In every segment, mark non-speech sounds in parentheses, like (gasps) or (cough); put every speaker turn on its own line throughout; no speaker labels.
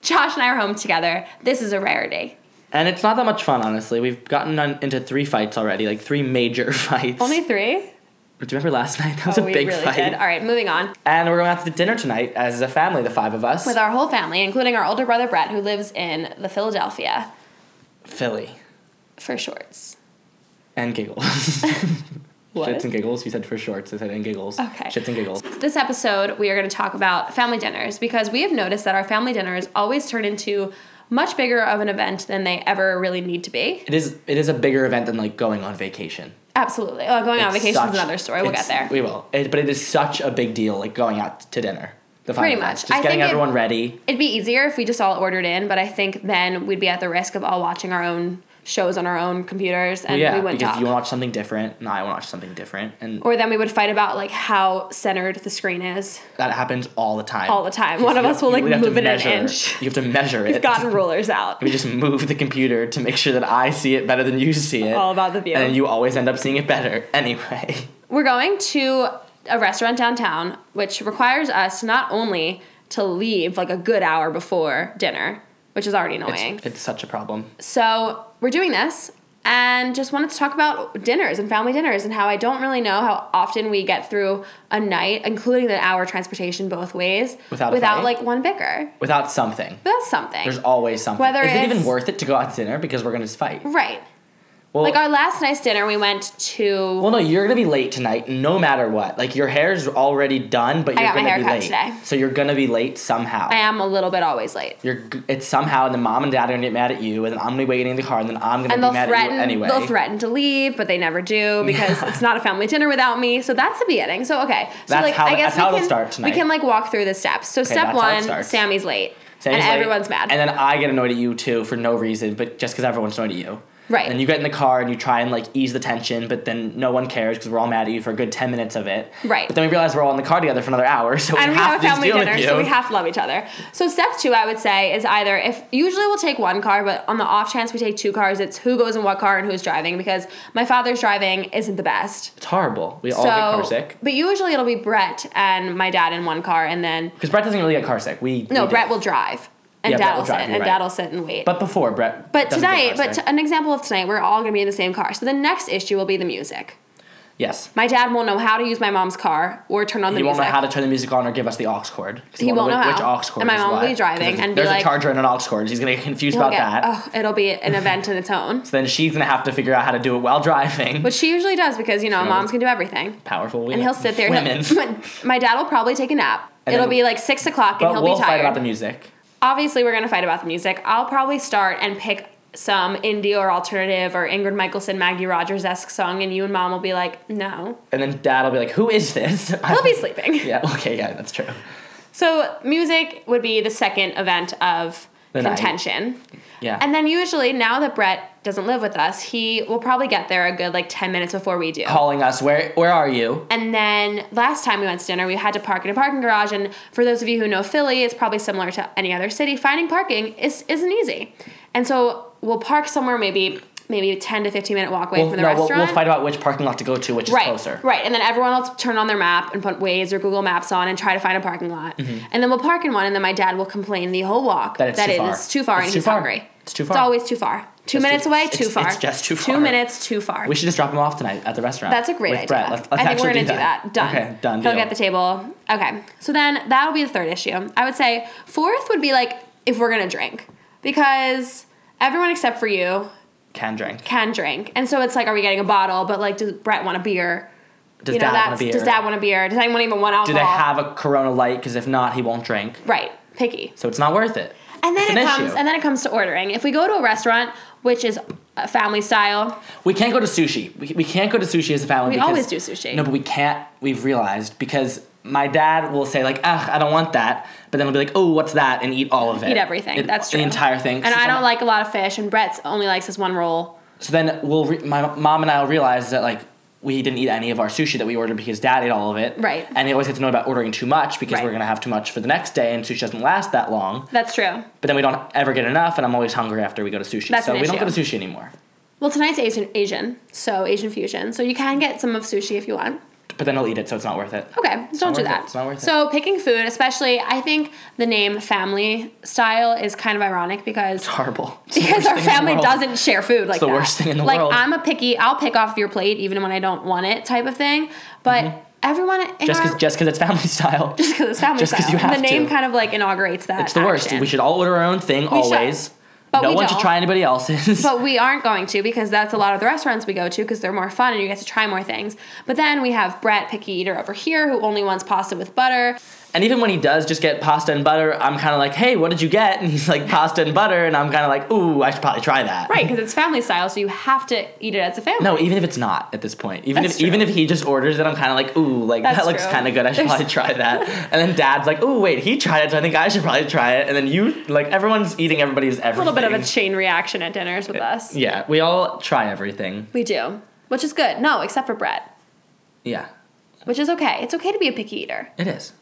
Josh and I are home together. This is a rarity.
And it's not that much fun, honestly. We've gotten on, into three fights already, like three major (laughs) fights.
Only three?
Do you remember last night? (laughs) That was
Oh,
a
we
big
really
fight.
did. All right, moving on.
And we're going out to dinner tonight as a family, the five of us.
With our whole family, including our older brother Brett, who lives in the Philadelphia
Philly.
for shorts.
And giggles. (laughs)
What?
Shits and giggles. You said for shorts. I said and giggles.
Okay.
Shits and giggles.
This episode, we are going to talk about family dinners because we have noticed that our family dinners always turn into much bigger of an event than they ever really need to be.
It is it is a bigger event than like going on vacation.
Absolutely. Oh, going on
It's
vacation
such-
is another story. We'll get
it's-
there.
We will. It, but it is such a big deal, like going out to dinner. The five
Pretty
of us.
much.
Just
I
getting
think it-
everyone ready.
It'd be easier if we just all ordered in, but I think then we'd be at the risk of all watching our own shows on our own computers and
yeah,
we wouldn't
because
talk.
you want to watch something different, and I want to watch something different, and
or then we would fight about like how centered the screen is.
that happens all the time.
All the time. One of us will, like,
really have to
move it an
measure-
inch.
You have to measure it.
We've gotten rulers out.
(laughs) we just move the computer to make sure that I see it better than you see it.
All about the view.
And you always end up seeing it better (laughs) anyway.
We're going to a restaurant downtown, which requires us not only to leave like a good hour before dinner, which is already annoying.
It's, it's such a problem.
So we're doing this and just wanted to talk about dinners and family dinners and how I don't really know how often we get through a night, including the hour transportation both ways,
Without a
without
fight?
like one bicker.
Without something,
But that's something.
there's always something.
Whether
is it
it's-
even worth it to go out to dinner because we're gonna fight?
right.
Well,
Like our last night's dinner, we went to.
well, no, you're gonna be late tonight, no matter what. Like your hair's already done, but you're
got my
gonna
hair
be
cut
late.
today.
So you're gonna be late somehow.
I am a little bit always late.
You're g- it's somehow, and then mom and dad are gonna get mad at you, and then I'm gonna be waiting in the car, and then I'm gonna
And
be
they'll
mad
threaten.
at you anyway.
They'll threaten to leave, but they never do
(laughs)
because it's not a family dinner without me. So that's the beginning. So okay. So
That's
like
how-
I guess
that's how
we
it'll
can
start tonight.
we can like walk through the steps. So step
that's how it
one,
starts.
Sammy's late,
Sammy's
and
late,
everyone's mad.
And then I get annoyed at you too for no reason, but just because everyone's annoyed at you.
Right.
And you get in the car and you try and like ease the tension, but then no one cares because we're all mad at you for a good ten minutes of it.
Right.
But then we realize we're all in the car together for another hour, so
and
we
we
have
have
to
a
just
family
deal
dinner,
with you.
so we have to love each other. So step two, I would say, is either if usually we'll take one car, but on the off chance we take two cars, it's who goes in what car and who's driving because my father's driving isn't the best.
it's horrible. We all
so,
get car sick
but usually it'll be Brett and my dad in one car, and then
because Brett doesn't really get car sick. We
no,
we do.
Brett will drive, and
Yeah,
dad
Brett
will
will drive,
sit,
you're
and
right.
dad will sit and wait.
But before Brett.
But
doesn't get
tonight,
car
but
sick.
t- an example of tonight, we're all gonna be in the same car. So the next issue will be the music.
yes,
My dad won't know how to use my mom's car or turn on the
he
music.
won't know how to turn the music on or give us the aux cord. 'cause
He won't know
which,
how.
Which aux cord
And my
is
mom will
what,
be driving
'cause
and be
there's
like-
a charger and an aux cord. He's gonna get confused
He'll
about
get-
that.
Oh, it'll be an event in its own.
So then she's gonna have to figure out how to do it while driving.
But she usually does because you know
She
moms
always-
can do everything.
powerful women.
And he'll sit there. (laughs)
Women.
He'll, my dad will probably take a nap.
And
It'll
then-
be like six o'clock, and
but
he'll
we'll
be
fight
tired.
about the music.
Obviously, we're gonna fight about the music. I'll probably start and pick some indie or alternative or Ingrid Michaelson, Maggie Rogers esque song, and you and mom will be like, no,
And then dad will be like, who is this? (laughs)
he'll be sleeping.
Yeah, okay, yeah, that's true.
So music would be the second event of
The night.
contention.
Yeah.
And then usually now that Brett doesn't live with us, he will probably get there a good like 10 minutes before we do.
calling us, where where are you?
And then last time we went to dinner, we had to park in a parking garage. And for those of you who know Philly, it's probably similar to any other city. Finding parking is isn't easy, and so we'll park somewhere maybe maybe a ten to fifteen minute walk away
We'll,
from the
no, we'll,
restaurant.
we'll fight about which parking lot to go to, which
Right,
is closer.
right, and then everyone else turn on their map and put Waze or Google Maps on and try to find a parking lot, and then we'll park in one, and then my dad will complain the whole walk
Mm-hmm. That
it
it's too far.
is too far
It's
and
too
he's
far.
hungry.
It's too far.
It's always too far. Two
Just too-
minutes away,
it's-
too
it's
far.
just too
Two
far.
minutes, too far.
We should just drop him off tonight at the restaurant.
That's a great
with
idea.
Brett. Let's, let's
I think we're
actually
gonna do that. Done.
Okay, done.
He'll
deal.
get the table. Okay. So then that'll be the third issue. I would say fourth would be like if we're gonna drink because everyone except for you
can drink.
can drink, and so it's like, are we getting a bottle? But like, does Brett want a beer?
Does
you know,
dad want
that's
a beer?
does dad want a beer? Does anyone even want
do
alcohol?
they have a Corona light? Because if not, he won't drink.
right? Picky.
So it's not worth it.
And then
It's an
it comes,
issue.
and then it comes to ordering. If we go to a restaurant, which is uh, family style,
We can't go to sushi. We, we can't go to sushi as a family.
We
because,
always do sushi.
No, but we can't. We've realized because my dad will say like, "Ugh, I don't want that," but then we'll be like, "Oh, what's that?" and eat all of it.
eat everything.
It-
that's true.
The entire thing.
And
So
I
then-
don't like a lot of fish, and Brett's only likes this one roll.
So then we'll re- my mom and I will realize that like we didn't eat any of our sushi that we ordered because dad ate all of it.
Right.
And they always have to know about ordering too much because
Right.
we're gonna have too much for the next day, and sushi doesn't last that long.
That's true.
But then we don't ever get enough, and I'm always hungry after we go to sushi.
That's
so
an
we don't
issue.
go to sushi anymore.
Well, tonight's Asian, Asian, so Asian fusion. So you can get some of sushi if you want.
but then he'll eat it, so it's not worth it.
Okay,
not
don't do
worth
that.
it. It's not worth it.
so picking food, especially, I think the name family style is kind of ironic
(gasps)
because (laughs)
It's horrible. It's the
because
worst
our
thing in the
family
world.
doesn't share food like
the
that.
worst thing in the
like,
world.
I'm a picky. I'll pick off your plate even when I don't want it, type of thing. But everyone in
Mm-hmm. Just
our (laughs)
because just because it's family (laughs) style.
just because it's family
just 'cause
style,
you have
the name
to.
kind of like inaugurates that.
It's the worst.
action.
We should all order our own thing
should.
always.
But
no
we
one should
don't.
try anybody else's.
But we aren't going to because that's a lot of the restaurants we go to because they're more fun and you get to try more things. But then we have Brett, picky eater over here, who only wants pasta with butter.
(laughs) and even when he does just get pasta and butter, I'm kind of like, hey, what did you get? And he's like, pasta and butter. And I'm kind of like, ooh, I should probably try that.
Right, because it's family style, so you have to eat it as a family.
No, even if it's not at this point. Even
That's
if
true.
even if he just orders it, I'm kind of like, ooh, like
That's
that looks
true.
kind of good. I should
There's-
probably
(laughs)
try that. And then dad's like, ooh, wait, he tried it, so I think I should probably try it. And then you, like, everyone's eating everybody's
a
everything.
little bit of a chain reaction at dinners with us.
Yeah, we all try everything.
We do, which is good. No, except for Brett,
Yeah,
which is okay. It's okay to be a picky eater.
it is.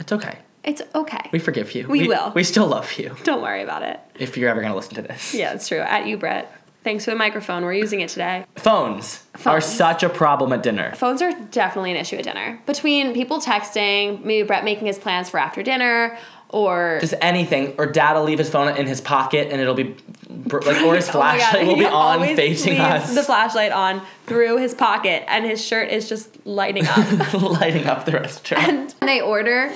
It's okay.
It's okay.
We forgive you.
We will.
We still love you
(laughs) Don't worry about it.
if you're ever going to listen to this.
Yeah, it's true. At you, Brett. Thanks for the microphone. We're using it today.
Phones, are
Phones.
such a problem at dinner.
Phones are definitely an issue at dinner. Between people texting, maybe Brett making his plans for after dinner, or
Just anything, or dad will leave his phone in his pocket and it'll be, br- like, or
(laughs)
his
Oh my God,
flashlight will
he
be on
always
facing
leaves
us,
The flashlight on through his pocket, and his shirt is just lighting
(laughs)
up.
lighting up the restaurant.
and when they order,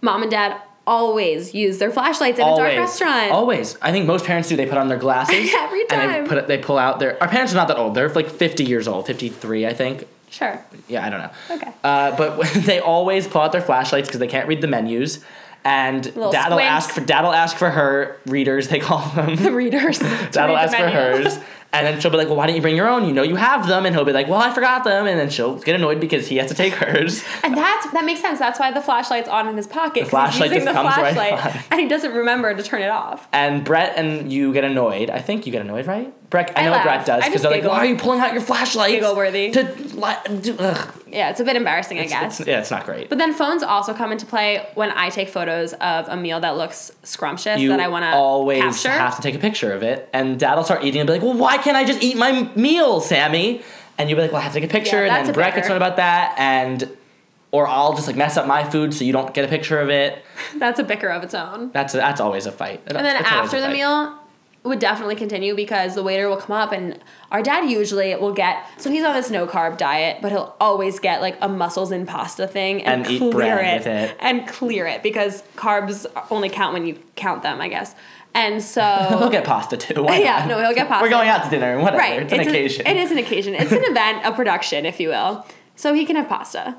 mom and dad always use their flashlights in a dark restaurant.
Always. I think most parents do. They put on their glasses.
(laughs) Every
And
time.
they, put, they pull out their. Our parents are not that old. They're like 50 years old, 53, I think.
Sure.
Yeah, I don't know.
Okay.
Uh, but (laughs) when they always pull out their flashlights because they can't read the menus. And
Little
dad'll
squints.
ask for dad'll ask for her readers. They call them.
(laughs)
(laughs)
The readers.
Dad'll ask for hers. And then she'll be like, well, why didn't you bring your own? You know you have them. And he'll be like, well, I forgot them. And then she'll get annoyed because he has to take hers.
And that's that makes sense. That's why the flashlight's on in his pocket. The
flashlight
he's using
just
the
comes right
flashlight,
on.
(laughs) and he doesn't remember to turn it off.
And Brett and you get annoyed. I think you get annoyed, right? Brett, I,
I
know what
laugh.
Brett does
I
because
just
they're like,
giggle.
"Why are you pulling out your flashlight?"
Giggle-worthy.
To li- do, ugh.
Yeah, it's a bit embarrassing, I guess.
It's- yeah, it's not great.
But then phones also come into play when I take photos of a meal that looks scrumptious
you
that I want to
always
capture.
have to take a picture of it, and Dad'll start eating and be like, "Well, why can't I just eat my meal, Sammy?" And you'll be like, "Well, I have to take a picture." and
that's
then
a
Brett gets
bigger-
on about that, and or I'll just like mess up my food so you don't get a picture of it.
That's a bicker of its own.
That's that's always a fight.
And then after the meal would definitely continue because the waiter will come up and our dad usually will get so he's on this no carb diet but he'll always get like a mussels and pasta thing and,
And eat
clear
bread
it,
with it.
and clear it because carbs only count when you count them I guess and
he'll (laughs)
so
get pasta too.
(laughs)
Why
Yeah,
not?
no, he'll get pasta.
We're going out to dinner and whatever.
right
It's an
a-
occasion.
it is an occasion it's
(laughs)
an event a production if you will so he can have pasta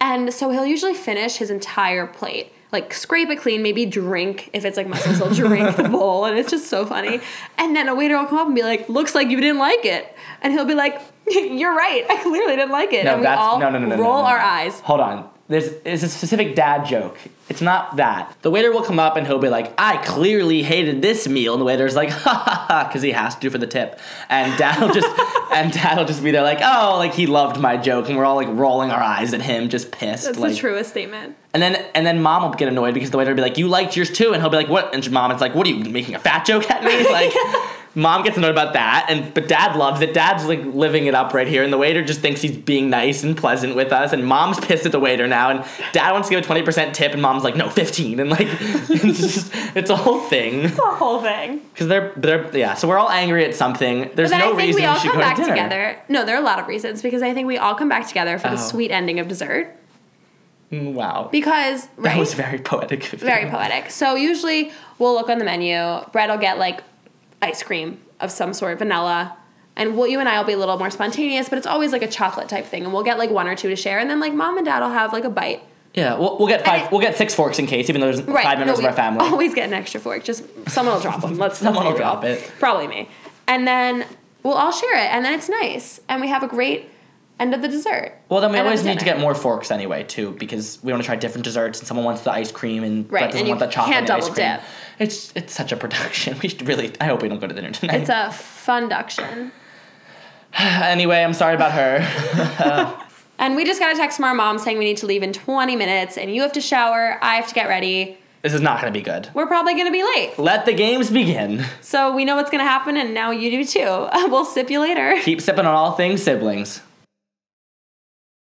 and so he'll usually finish his entire plate like scrape it clean maybe drink if it's like mussels he'll drink
(laughs)
the bowl and it's just so funny and then a waiter will come up and be like looks like you didn't like it and he'll be like (laughs) you're right i clearly didn't like it
No,
and we
that's
all
no, no, no, no, no,
roll
no, no.
our eyes
Hold on. There's it's a specific dad joke. It's not that. The waiter will come up and he'll be like, "I clearly hated this meal," and the waiter's like, (laughs) "Ha ha ha," because he has to for the tip. And
(laughs)
dad'll just and dad'll just be there like, "Oh, like he loved my joke," and we're all like rolling our eyes at him, just pissed.
that's
like,
the truest statement
and then and then mom will get annoyed because the waiter will be like, "You liked yours too," and he'll be like, "What?" And mom is like, "What are you making a fat joke
(laughs)
at me?" Like, mom gets annoyed about that, and but dad loves it. Dad's like living it up right here, and the waiter just thinks he's being nice and pleasant with us, and mom's pissed at the waiter now, and dad wants to give a twenty percent tip, and mom's like, "No, 15. and like (laughs) it's just it's a whole thing
the whole thing
because they're they're yeah. So we're all angry at something. There's
But then
no
I think
reason
we all
should
come
go
back
to dinner.
together. No, there are a lot of reasons because I think we all come back together for
Oh.
the sweet ending of dessert.
Mm, Wow,
Because right,
that was very poetic. Of you.
very poetic. So usually we'll look on the menu. Brett will get like ice cream of some sort, vanilla, and we'll, you and I will be a little more spontaneous. But it's always like a chocolate type thing, and we'll get like one or two to share, and then like mom and dad will have like a bite.
Yeah, we'll, we'll get
it-
five. We'll get six forks in case, even though there's
Right,
five
no,
members
we Oh,
of our family.
Always get an extra fork. Just someone will drop one. Let's
(laughs) Someone
let's
will
be real.
drop it.
Probably me. And then we'll all share it, and then it's nice, and we have a great end of the dessert.
Well, then we
End of
always
the
need to
dinner.
get more forks anyway, too, because we want to try different desserts, and someone wants the ice cream, and Brett
Right,
doesn't
and you
want the chocolate
can't
and ice
double
cream.
dip.
It's it's such a production. (laughs) We should really. I hope we don't go to dinner tonight.
It's a funduction.
(laughs) anyway, I'm sorry about her.
(laughs) And we just got a text from our mom saying we need to leave in 20 minutes and you have to shower, I have to get ready.
this is not going to be good.
We're probably gonna be late.
Let the games begin.
So we know what's gonna happen and now you do too. (laughs) we'll sip you later.
Keep sipping on all things siblings.